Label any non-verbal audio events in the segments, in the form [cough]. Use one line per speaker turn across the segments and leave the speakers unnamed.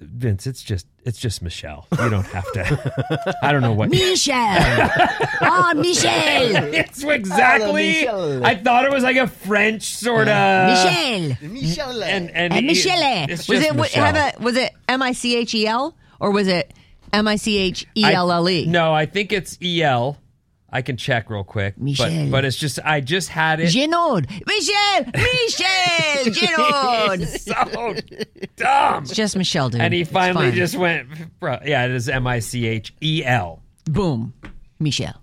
"Vince, it's just it's just Michelle. You don't have to [laughs] I don't know what [laughs]
Michelle. oh, Michelle.
It's exactly. I thought it was like a French sort of
Michelle.
and and,
And
he-
Michelle.
Uh, it's
Was
just
it what, have
Michelle.
a, was it M I C H E L or was it M I C H E
I-
L L E?
No, I think it's EL. I can check real quick. But,
Michelle.
but it's just I just had [laughs] it.
Genode. Michelle.
[laughs]
Michelle. Genode.
so dumb.
It's just Michelle, dude.
And he
It's
finally
fine.
just went, bro. Yeah, it is M I C H E L.
boom. Michelle.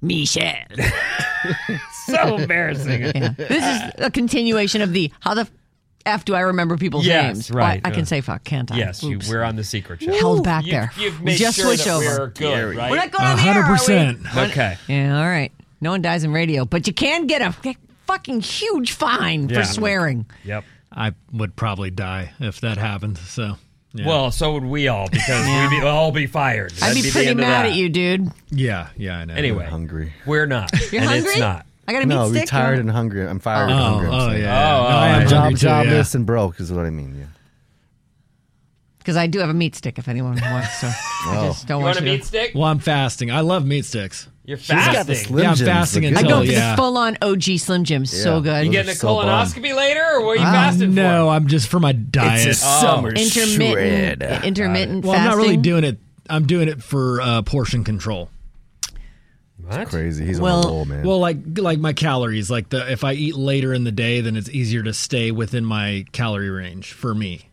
Michelle. [laughs]
So embarrassing.
Yeah. This is a continuation of the how the f do I remember people's
Yes,
names?
right,
I, I
yeah.
can say fuck, can't I?
Yes, you,
Oops.
we're on the secret show.
held back
You-
there.
You've made
Just
sure
switch
that
over.
we're good, right?
We're not going
A
on the air,
hundred
are we?
percent.
okay.
Yeah, all right. No one dies in radio, but you can get a f- fucking huge fine
Yeah.
for swearing.
Yep.
I would probably die if that happened. So, yeah.
Well, so would we all because we'd be, we'll all be fired.
I'd
That'd
be
the
pretty
end of
mad
that.
at you, dude.
yeah, yeah, I know.
Anyway,
hungry.
We're not.
You're
and
hungry?
It's not.
I got a
No,
meat stick.
retired and hungry. I'm fired and
oh,
hungry.
oh, yeah.
I'm saying.
yeah.
Oh,
No,
oh,
I am
Job,
hungry too, yeah.
jobless, and broke is what I mean. Yeah.
Because I do have a meat stick if anyone wants. So
[laughs]
I just don't
You want
want
a
you
meat
to.
stick?
Well, I'm fasting. I love meat sticks.
You're
got
fasting.
the slim
yeah, I'm
Jims,
fasting
the good
I
until
go for
yeah.
the full on OG Slim Jim. So
Yeah.
good.
Those
You getting
are
a
so
colonoscopy later, or what are you fasting for? Oh,
no, I'm just for my diet.
summer
intermittent, intermittent
well, I'm
fasting.
not really doing it. I'm doing it for uh, portion control.
What?
Crazy. He's
Well-
on the roll, man.
Well, like like my calories. Like the if I eat later in the day, then it's easier to stay within my calorie range for me.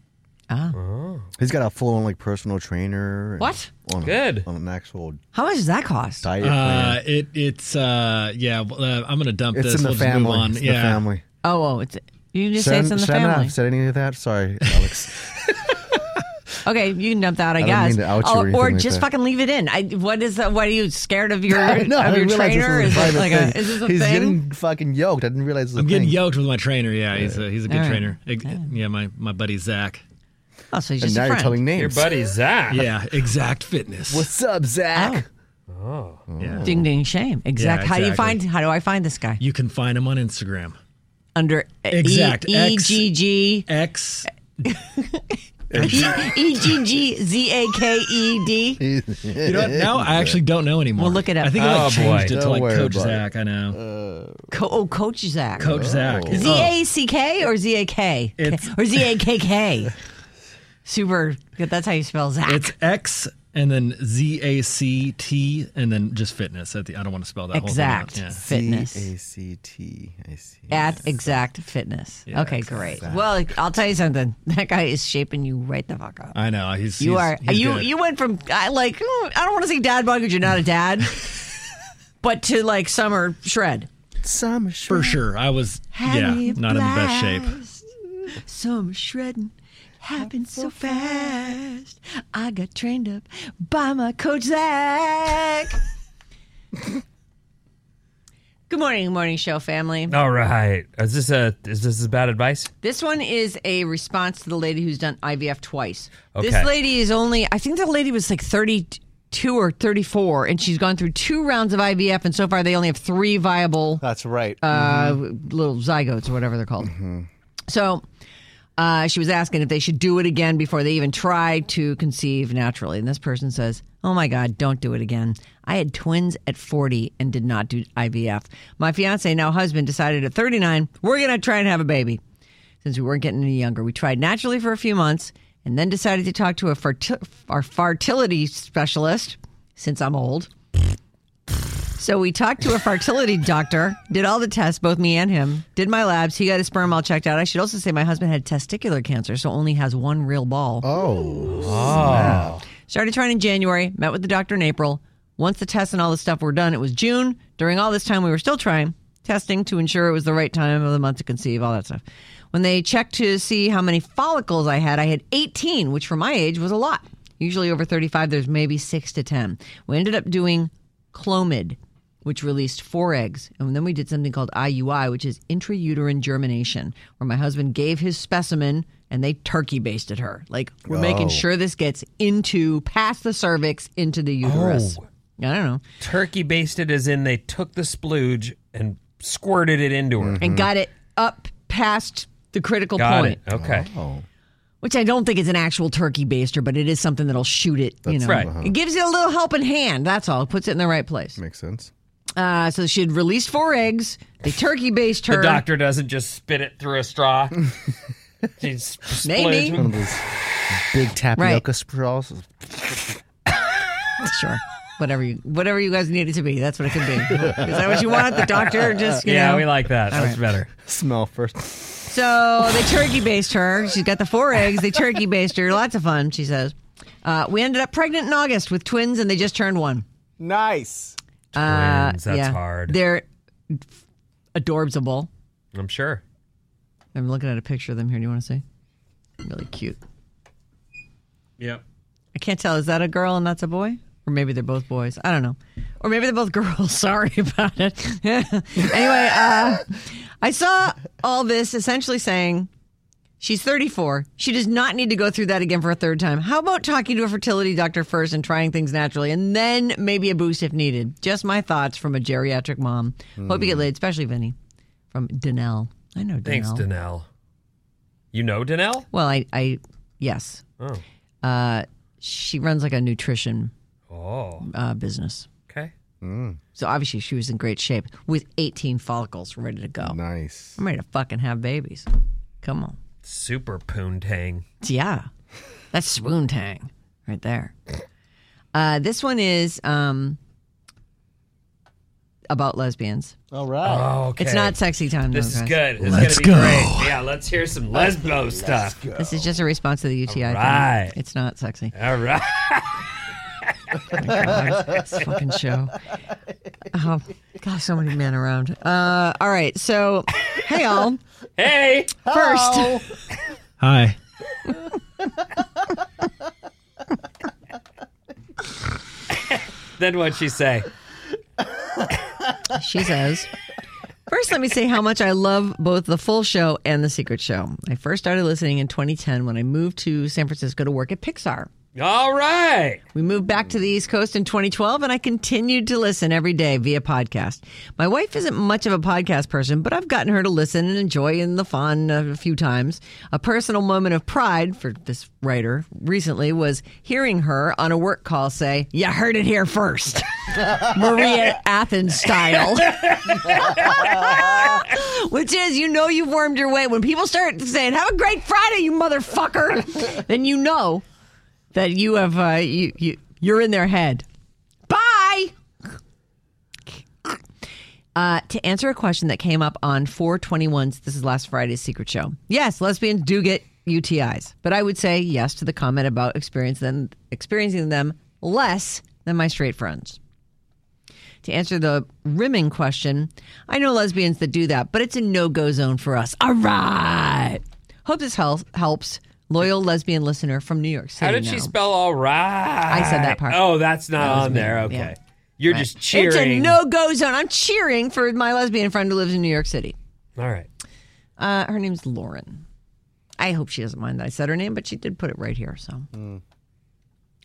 he's got a full-on like personal trainer. and
What?
On
Good.
On an actual
How much does that cost?
diet
Uh,
plan.
it it's uh yeah. well, Uh, I'm gonna dump
It's
this.
in the
we'll just move
family.
on.
It's in
yeah.
the family.
Oh, oh, it's you can just say
Shannon-
it's in the
Shannon,
family.
I've said any of that? Sorry, Alex.
Okay, you can dump that, I,
don't
guess. Oh,
mean to out you or
or,
anything
or
like
just
that.
fucking leave it in. I, what is that? What are you scared of
[laughs]
your
I know, I
of your
didn't realize
trainer?
this was
Is
a
it
private
like
thing.
a is this a
he's
thing?
getting fucking yoked. I didn't realize this was
I'm
a
getting
thing.
yoked with my trainer. Yeah, he's a, he's a good
All right.
trainer. Ig- Yeah, my, my buddy Zach.
oh, so he's
And
just
now
a
you're
friend.
telling names.
Your buddy Zach.
Yeah, exact fitness.
What's up, Zach?
Oh.
[laughs]
yeah.
Ding ding shame. Exact. How do you
exactly.
find? How do I find this guy?
You can find him on Instagram.
Under E-
Exact.
E
X-
G G
X.
E E G G Z A K E D.
You know what? Now I actually don't know anymore.
We'll look it up.
I think I
Oh,
like, changed
boy.
it to
Don't
like
worry
Coach
about it.
Zach. I know.
Co- oh, Coach Zach.
Coach Zach.
Z
Oh.
A C K or Z A K
It's-
or Z A K K. Super. That's how you spell Zach.
It's X and then Z A C T and then just fitness at the. I don't want to spell that.
exact
Whole thing out.
[laughs] fitness.
A C T. I see.
At exact fitness. okay, great. Well, I'll tell you something. [laughs] That guy is shaping you right the fuck up.
Yeah. I know. He's
you
he's-
are
he's
you
good.
you went from I like mm, I don't want to say dad bod because you're not a
[laughs]
dad, but to like summer shred.
Summer
for sure. I was yeah
Honey
not in the best shape.
blast. Summer shredding happened so fast. I got trained up by my coach Zach. [laughs] Good morning, good morning show family.
All right. Is this a is this is bad advice?
This one is a response to the lady who's done IVF twice. This
Okay.
lady is only, I think the lady was like 32 or 34, and she's gone through two rounds of IVF, and so far they only have three viable
That's right.
uh, little zygotes or whatever they're called. So uh, she was asking if they should do it again before they even try to conceive naturally. And this person says, Oh my God, don't do it again. I had twins at 40 and did not do IVF. My fiance, now husband, decided at 39, we're going to try and have a baby. Since we weren't getting any younger, we tried naturally for a few months and then decided to talk to a ferti- our fertility specialist since I'm old. So we talked to a fertility doctor, did all the tests, both me and him, did my labs. He got his sperm all checked out. I should also say my husband had testicular cancer, so only has one real ball. Started trying in January, met with the doctor in April. Once the tests and all the stuff were done, it was June. During all this time, we were still trying, testing to ensure it was the right time of the month to conceive, all that stuff. When they checked to see how many follicles I had, I had 18, which for my age was a lot. Usually over 35, there's maybe six to 10. We ended up doing Clomid, which released four eggs. And then we did something called IUI, which is intrauterine germination, where my husband gave his specimen and they turkey basted her. Like, we're making sure this gets into, past the cervix, into the uterus.
Oh.
I don't know.
Turkey basted as in they took the splooge and squirted it into her.
And got it up past the critical
Mm-hmm. Got
Mm-hmm. point,
it. Okay.
Oh,
which I don't think is an actual turkey baster, but it is something that'll shoot it. you know,
right.
it gives it a little helping hand. That's all. It puts it in the right place.
Makes sense.
Uh, so she had released four eggs. They turkey based her.
The doctor doesn't just spit it through a straw. She's
Maybe.
One of those big tapioca straws.
[laughs] Sure. Whatever you whatever you guys need it to be, that's what it could be. Is that what you want? The doctor just you
Yeah,
know.
we like that. That's
right.
better.
Smell first.
so they turkey based her. She's got the four eggs. They turkey based her. Lots of fun, she says. Uh, we ended up pregnant in August with twins, and they just turned one. Uh,
nice.
Twins, that's
yeah.
hard.
They're adorable.
I'm sure.
I'm looking at a picture of them here. Do you want to see? Really cute.
Yep.
I can't tell. Is that a girl and that's a boy? Or maybe they're both boys. I don't know. Or maybe they're both [laughs] girls. Sorry about it. [laughs] anyway, uh, I saw all this essentially saying she's 34. She does not need to go through that again for a third time. How about talking to a fertility doctor first and trying things naturally and then maybe a boost if needed? Just my thoughts from a geriatric mom. Hope you get laid, especially Vinny from Danelle. I know Danelle.
Thanks, Danelle. You know Danelle?
Well, I, I yes. Uh, she runs like a nutrition
Oh,
uh, business.
okay.
So obviously she was in great shape with 18 follicles ready to go.
Nice.
I'm ready to fucking have babies. Come on.
Super poontang.
Yeah. That's swoon tang right there. Uh, this one is um, about lesbians.
All right.
Oh, okay.
It's not sexy time. though,
This is
guys.
good. It's
Let's
gonna be
go.
great. Yeah, let's hear some lesbo stuff.
This is just a response to the UTI. thing.
right.
It's not sexy.
All right. [laughs]
this fucking show. Oh, gosh, so many men around. Uh, all right. So,
[laughs]
hey, all.
Hey.
First.
Hi.
Then what'd she say?
She says, First, let me say how much I love both the full show and the secret show. I first started listening in 2010 when I moved to San Francisco to work at Pixar.
All right.
We moved back to the East Coast in 2012, and I continued to listen every day via podcast. My wife isn't much of a podcast person, but I've gotten her to listen and enjoy in the fun a few times. A personal moment of pride for this writer recently was hearing her on a work call say, You heard it here first. [laughs] Maria Athens style. [laughs] Which is, you know, you've wormed your way. When people start saying, Have a great Friday, you motherfucker, then you know that you have uh, you, you you're in their head. Bye. Uh, to answer a question that came up on 421's, this is last Friday's secret show. Yes, lesbians do get UTIs, but I would say yes to the comment about experience them, experiencing them less than my straight friends. To answer the rimming question, I know lesbians that do that, but it's a no go zone for us. All right. Hope this help, helps. Loyal lesbian listener from New York City.
How did she
now.
spell all right?
I said that part.
Oh, that's not
was
on
me,
there.
yeah.
Okay. You're just cheering.
It's a no go zone. I'm cheering for my lesbian friend who lives in New York City.
All right.
Uh, her name's Lauren. I hope she doesn't mind that I said her name, but she did put it right here. So,
Mm.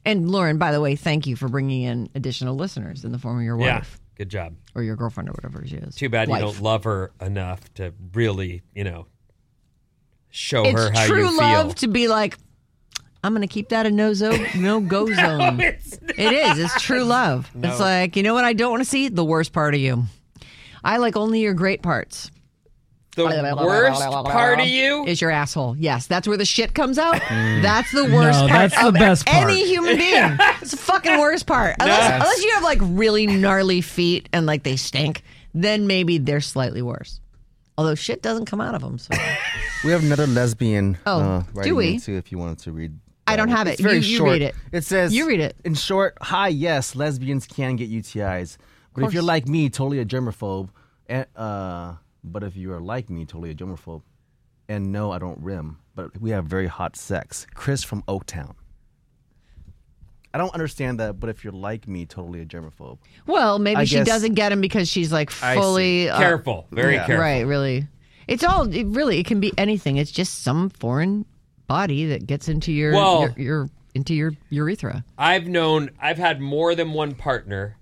and Lauren, by the way, thank you for bringing in additional listeners in the form of your wife
Yeah. Good job.
or your girlfriend or whatever she is.
Too bad
Wife.
you don't love her enough to really, you know, show her
It's
how
true
you
love
feel.
to be like, I'm going to keep that a no zo-
[laughs]
no go zone.
It's-
It is. It's true love. It's like, you know what I don't want to see? The worst part of you. I like only your great parts.
the worst part of you
Is your asshole. Yes, that's where the shit comes out. That's the worst
No,
part
that's the
of
best part.
any human being. It's the fucking worst part. Unless, unless you have like really gnarly feet and like they stink, then maybe they're slightly worse. Although shit doesn't come out of them. So.
We have another lesbian.
Oh,
uh,
do
writing
we?
in, too, if you wanted to read.
I
that
don't
one.
have it.
It's very
You- you
short.
read it.
It says
You read it.
In short, hi, yes, lesbians can get UTIs, but if you're like me, totally a germaphobe. And, uh, but if you are like me, totally a germaphobe, and no, I don't rim, but we have very hot sex. Chris from Oaktown. I don't understand that, but if you're like me, totally a germaphobe.
Well, maybe
I
she
guess-
doesn't get him because she's like
I
fully uh,
careful. Very
Yeah.
careful.
Right, really. It's all it really it can be anything. It's just some foreign body that gets into your
Well-
your, your into your urethra.
I've known, I've had more than one partner,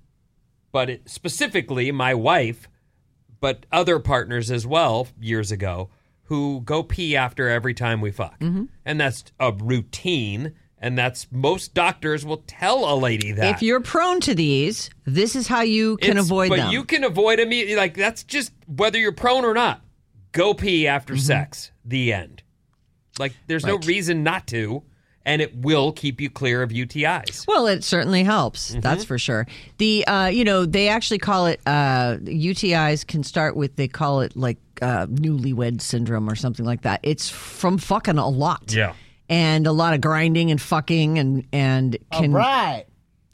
but it, specifically my wife, but other partners as well years ago who go pee after every time we fuck.
Mm-hmm.
And that's a routine. And that's most doctors will tell a lady that.
If you're prone to these, this is how you can
It's-
avoid
but
them.
you can avoid immediately. Like, that's just whether you're prone or not. Go pee after
Mm-hmm.
sex. The end. Like, there's no reason not to. And it will keep you clear of UTIs.
well, it certainly helps.
Mm-hmm.
That's for sure. The uh, you know they actually call it uh, UTIs can start with they call it like uh, newlywed syndrome or something like that. It's from fucking a lot.
Yeah.
and a lot of grinding and fucking and and can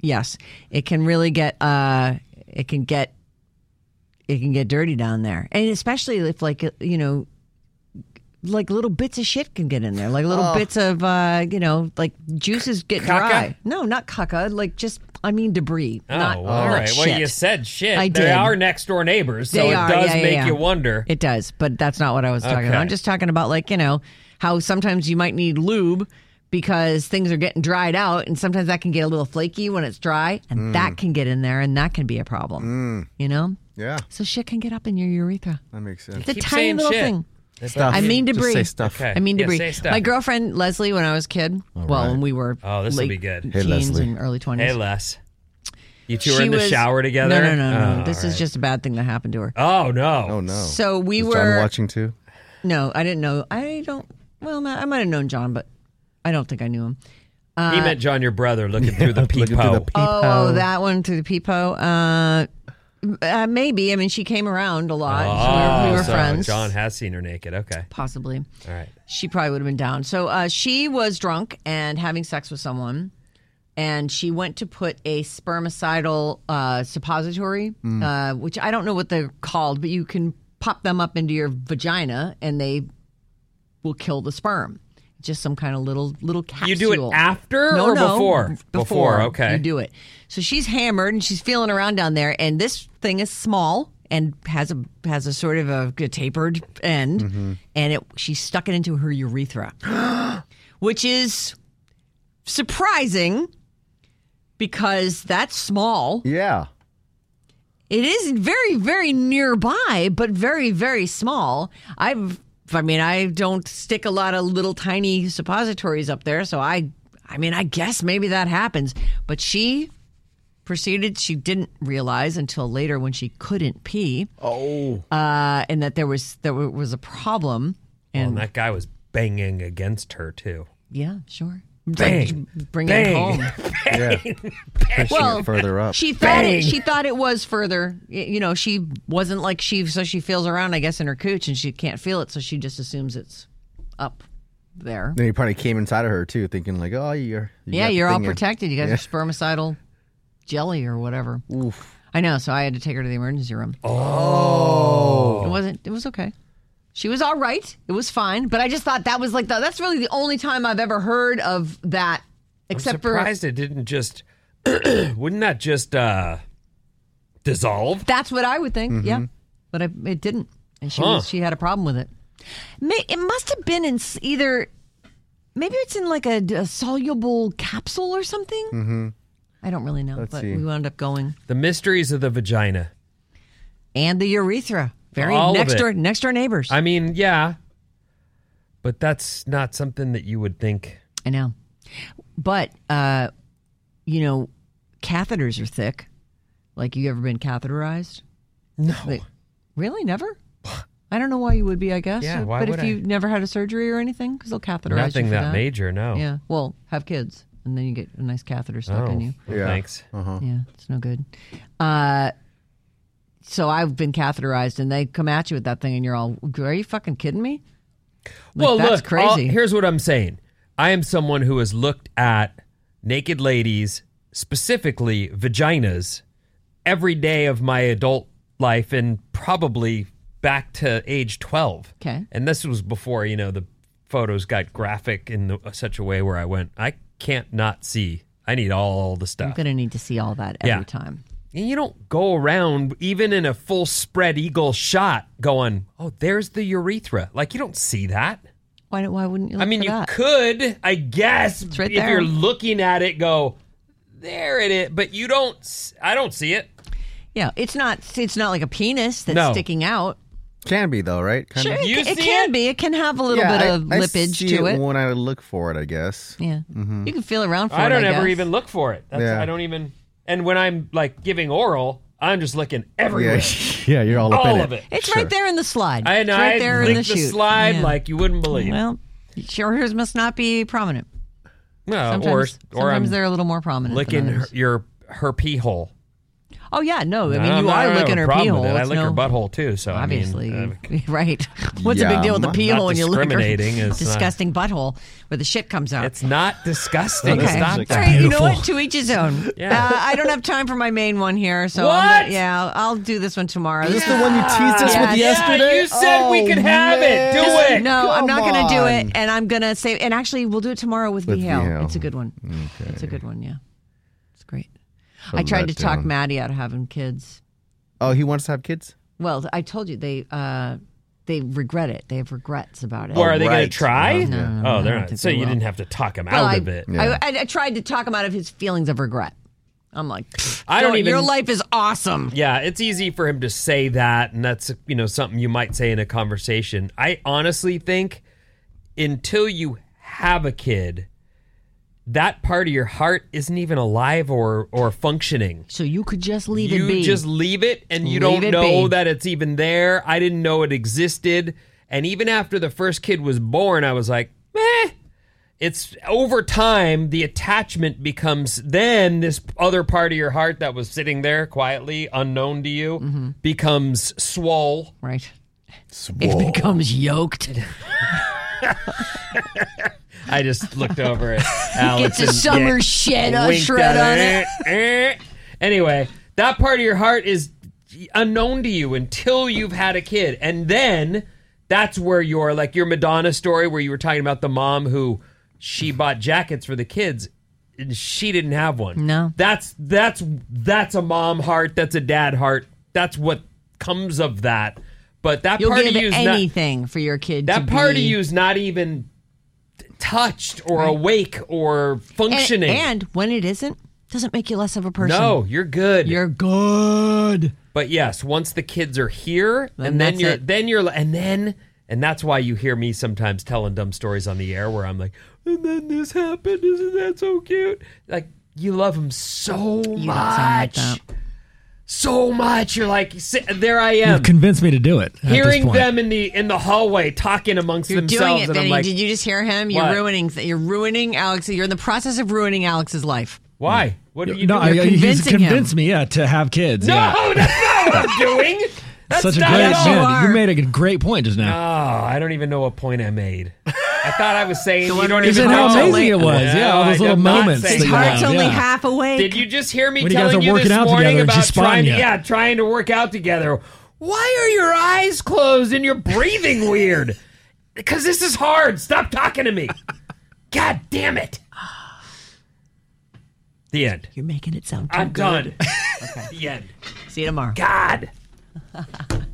yes it can really get uh it can get it can get dirty down there and especially if like you know like little bits of shit can get in there like little bits of uh you know like juices get dry no not caca like just i mean debris
Oh,
not,
well,
not
all right.
shit.
Well, you said shit.
I
they
did.
are next door neighbors, so
They
it
are,
does
yeah, yeah,
make
yeah.
you wonder.
It does, but that's not what I was talking
Okay.
about. I'm just talking about like, you know, how sometimes you might need lube because things are getting dried out and sometimes that can get a little flaky when it's dry and
Mm.
that can get in there and that can be a problem. You know?
Yeah,
So shit can get up in your urethra.
that makes sense.
It's a
Keep
tiny
saying
little
shit.
thing.
Stuff.
I mean
Just
debris.
say stuff.
Okay.
I mean
Yeah,
debris.
say stuff.
My girlfriend Leslie, when I was a kid, well, when we were
Oh, this'll
late
be good. Hey,
teens
Leslie.
and early twenties.
Hey, Les. You two are in the shower together?
No, no, no, no.
Oh,
this
all
is just a bad thing that happened to her.
right. Oh, no.
Oh no.
So we
Was
were
John watching too.
No, I didn't know. I don't. Well, no, I might have known John, but I don't think I knew him. Uh,
he meant John, your brother, looking
[laughs]
through the
Looking through the
peephole.
peephole.
Oh, that one through the peepo. Uh, m- uh, maybe. I mean, she came around a lot. so we were, we were
Ah, Oh, so
friends.
John has seen her naked. Okay.
Possibly.
All right.
She probably would have been down. So uh, she was drunk and having sex with someone, and she went to put a spermicidal uh, suppository, uh, which I don't know what they're called, but you can pop them up into your vagina, and they will kill the sperm. Just some kind of little little capsule.
You do it after
no,
or
no,
before? Before, okay.
You do it. So she's hammered and she's feeling around down there, and this thing is small and has a has a sort of a, a tapered end,
Mm-hmm.
and it she stuck it into her urethra,
[gasps]
which is surprising because that's small.
Yeah.
It is very, very nearby, but very, very small. I've, I mean, I don't stick a lot of little tiny suppositories up there, so I, I mean, I guess maybe that happens. But she proceeded. She didn't realize until later when she couldn't pee. Oh, uh, and that there was there wa- was a problem.
Well,
And
and that guy was banging against her, too.
yeah, sure.
Bang.
bring it
[laughs] Bang.
home.
Yeah. Pushing
Well,
it further up.
She thought it, she thought it was further. Y- You know, she wasn't like she so she feels around, I guess, in her cooch and she can't feel it, so she just assumes it's up there.
Then he probably came inside of her too, thinking like, "Oh, you're you
yeah,
got the
you're all
thing in."
protected. You guys are spermicidal jelly or whatever.
Oof.
I know, so I had to take her to the emergency room.
Oh.
It wasn't. It was okay. She was all right. It was fine. But I just thought that was like the, that's really the only time I've ever heard of that,
I'm
except for
[clears throat] surprised it didn't just. wouldn't that just uh, dissolve?
That's what I would think. Yeah, but I, it didn't, and she
Huh.
was, she had a problem with it. May, it must have been in s- either maybe it's in like a, a soluble capsule or something. Mm-hmm. I don't really know, but
see.
we wound up going
The mysteries of the vagina.
and the urethra, very
All of
next
it.
door next door neighbors.
I mean, yeah, but that's not something that you would think.
I know. But uh, you know, catheters are thick. Like you ever been catheterized?
No.
They- really? Never? I don't know why you would be, I guess.
Yeah,
Uh,
why
but
would
if
I?
you never had a surgery or anything, because they'll catheterize
Nothing
you for
that,
that.
major, no.
Yeah. Well, have kids, and then you get a nice catheter
Oh, uh-huh.
stuck in you.
well,
Yeah.
thanks.
Yeah, it's no good. Uh, so I've been catheterized, and they come at you with that thing, and you're all, "Are you fucking kidding me?" Like,
well,
that's
look, I'll-
crazy.
here's what I'm saying. I am someone who has looked at naked ladies, specifically vaginas, every day of my adult life and probably back to age 12.
Okay.
And this was before, you know, the photos got graphic in the, such a way where I went, I can't not see. I need all the
I'm
stuff.
gonna need to see all that every
Yeah.
time.
And you don't go around, even in a full spread eagle shot, going, oh, there's the urethra. Like, you don't see that.
Why? Why wouldn't you?
I
Look
mean,
for
you
that?
could, I guess,
right
if
there.
you're looking at it, go there it is. But you don't. s- I don't see it.
Yeah, it's not. It's not like a penis that's
No.
sticking out.
Can be though, right? Kind
Sure,
of.
it,
You
ca- it
see
can
it?
be. It can have a little bit
I-
of
I
lippage
see Mm-hmm.
to it.
when I look for it. I guess.
yeah, you can feel around for it.
I don't ever
guess.
even look for it. That's,
Yeah.
I don't even. And when I'm like giving oral, I'm just looking everywhere,
yeah, [laughs] you're all up
all
in
of it.
It's right there in the slide.
I
it's
know.
right
I
there in
lick
the,
the,
chute.
slide
Yeah.
like you wouldn't believe.
Well, your hers must not be prominent.
No,
Sometimes,
Uh, or or
sometimes
I'm
they're a little more prominent.
licking
than
her,
others.
your her pee hole.
Oh yeah, no. I mean,
I'm
you
not- I
are
don't have
licking
a
her
problem
pee hole.
with it. I
It's
lick her
no-
butthole too. So
Obviously,
I mean, uh,
[laughs] right? What's the big deal with the
Yum.
pee
Not
hole when you lick
discriminating
her
is, uh,
[laughs] disgusting butthole where the shit comes out?
it's not disgusting.
Okay.
Stop
All
that.
right. You know what? To each his own.
[laughs] Yeah.
Uh, I don't have time for my main one here, so
What?
I'm gonna- yeah, I'll, I'll do this one tomorrow.
Is this the one you teased us
Yeah,
with
yeah,
yesterday?
you said we
Oh,
could have it. Do
man.
it.
No, I'm not
Come
going to do
on.
it, and I'm going to say. And actually, we'll do it tomorrow with,
With
Mihail.
Mihail.
It's a good one. It's a good one. Yeah, it's great.
A
I tried to talk
letdown.
Maddie out of having kids.
Oh, he wants to have kids.
Well, I told you they uh, they regret it. They have regrets about it.
Or are they going
Right.
to try?
No, no, no, I
oh, they're
don't
not.
think
So
they
you
will.
didn't have to talk him
Well,
out
I,
of it.
Yeah.
I, I, I tried to talk him out of his feelings of regret. I'm like,
I don't
"Phil,
even-
Your life is awesome.
Yeah, it's easy for him to say that, and that's you know something you might say in a conversation. I honestly think until you have a kid, that part of your heart isn't even alive or or functioning.
So you could just leave
you
it be.
just leave it and you
Leave
don't
it
know
be.
that it's even there. I didn't know it existed. And even after the first kid was born, I was like, meh. It's over time, the attachment becomes then this other part of your heart that was sitting there quietly, unknown to you,
Mm-hmm.
becomes swole.
right. It becomes yoked.
I just looked over
[laughs]
at Alex.
Gets a
and
summer
Nick
shed on
winked
shred on
at
it.
Eh, eh. Anyway, that part of your heart is unknown to you until you've had a kid, and then that's where you're like your Madonna story, where you were talking about the mom who she bought jackets for the kids. And she didn't have one.
No.
that's that's that's a mom heart. That's a dad heart. That's what comes of that. But that
You'll
part
give
of you is not,
anything for your kid.
that
to
part
be.
of you is not even t- touched or awake or
and,
functioning.
and when it isn't, doesn't make you less of a person.
no, you're good.
you're good.
but yes, once the kids are here,
Then
and then
that's
you're,
it.
then you're, li- and then, and that's why you hear me sometimes telling dumb stories on the air where I'm like, and then this happened. Isn't that so cute? Like you love them so
You don't sound like
much,
that.
so much. You're like, "S- there I am.
You've convinced me to do it. at this
Hearing
point.
them in the in the hallway talking amongst
You're doing
themselves,
it,
and I'm
Vinny.
like,
Did you just hear him? You're
What?
ruining. th- You're ruining Alex. You're in the process of ruining Alex's life.
why? What are you
No,
doing?
I, he's
convincing him.
convinced me, yeah, to have kids.
No,
[laughs] yeah.
that's not what I'm doing. That's
Such a
not
great
at all.
You
man.
are.
You made a great point just now.
Oh, I don't even know what point I made. I thought I was saying you don't
where
You
even
said
It's
how
hard
know.
to
amazing
link-
it was.
No,
yeah, all those
I
little
did not
moments.
say
that
His
you
that.
heart's
have,
only
yeah.
half awake.
Did you just hear me
When you guys
telling
are
you
working
this
out
morning
together and
about
she's
trying
spotting
to,
you.
yeah, trying to work out together? Why are your eyes closed and you're breathing weird? Because this is hard. Stop talking to me. God damn it. The end.
You're making it sound. Too
I'm
good. [laughs]
done.
The end.
See you tomorrow.
God.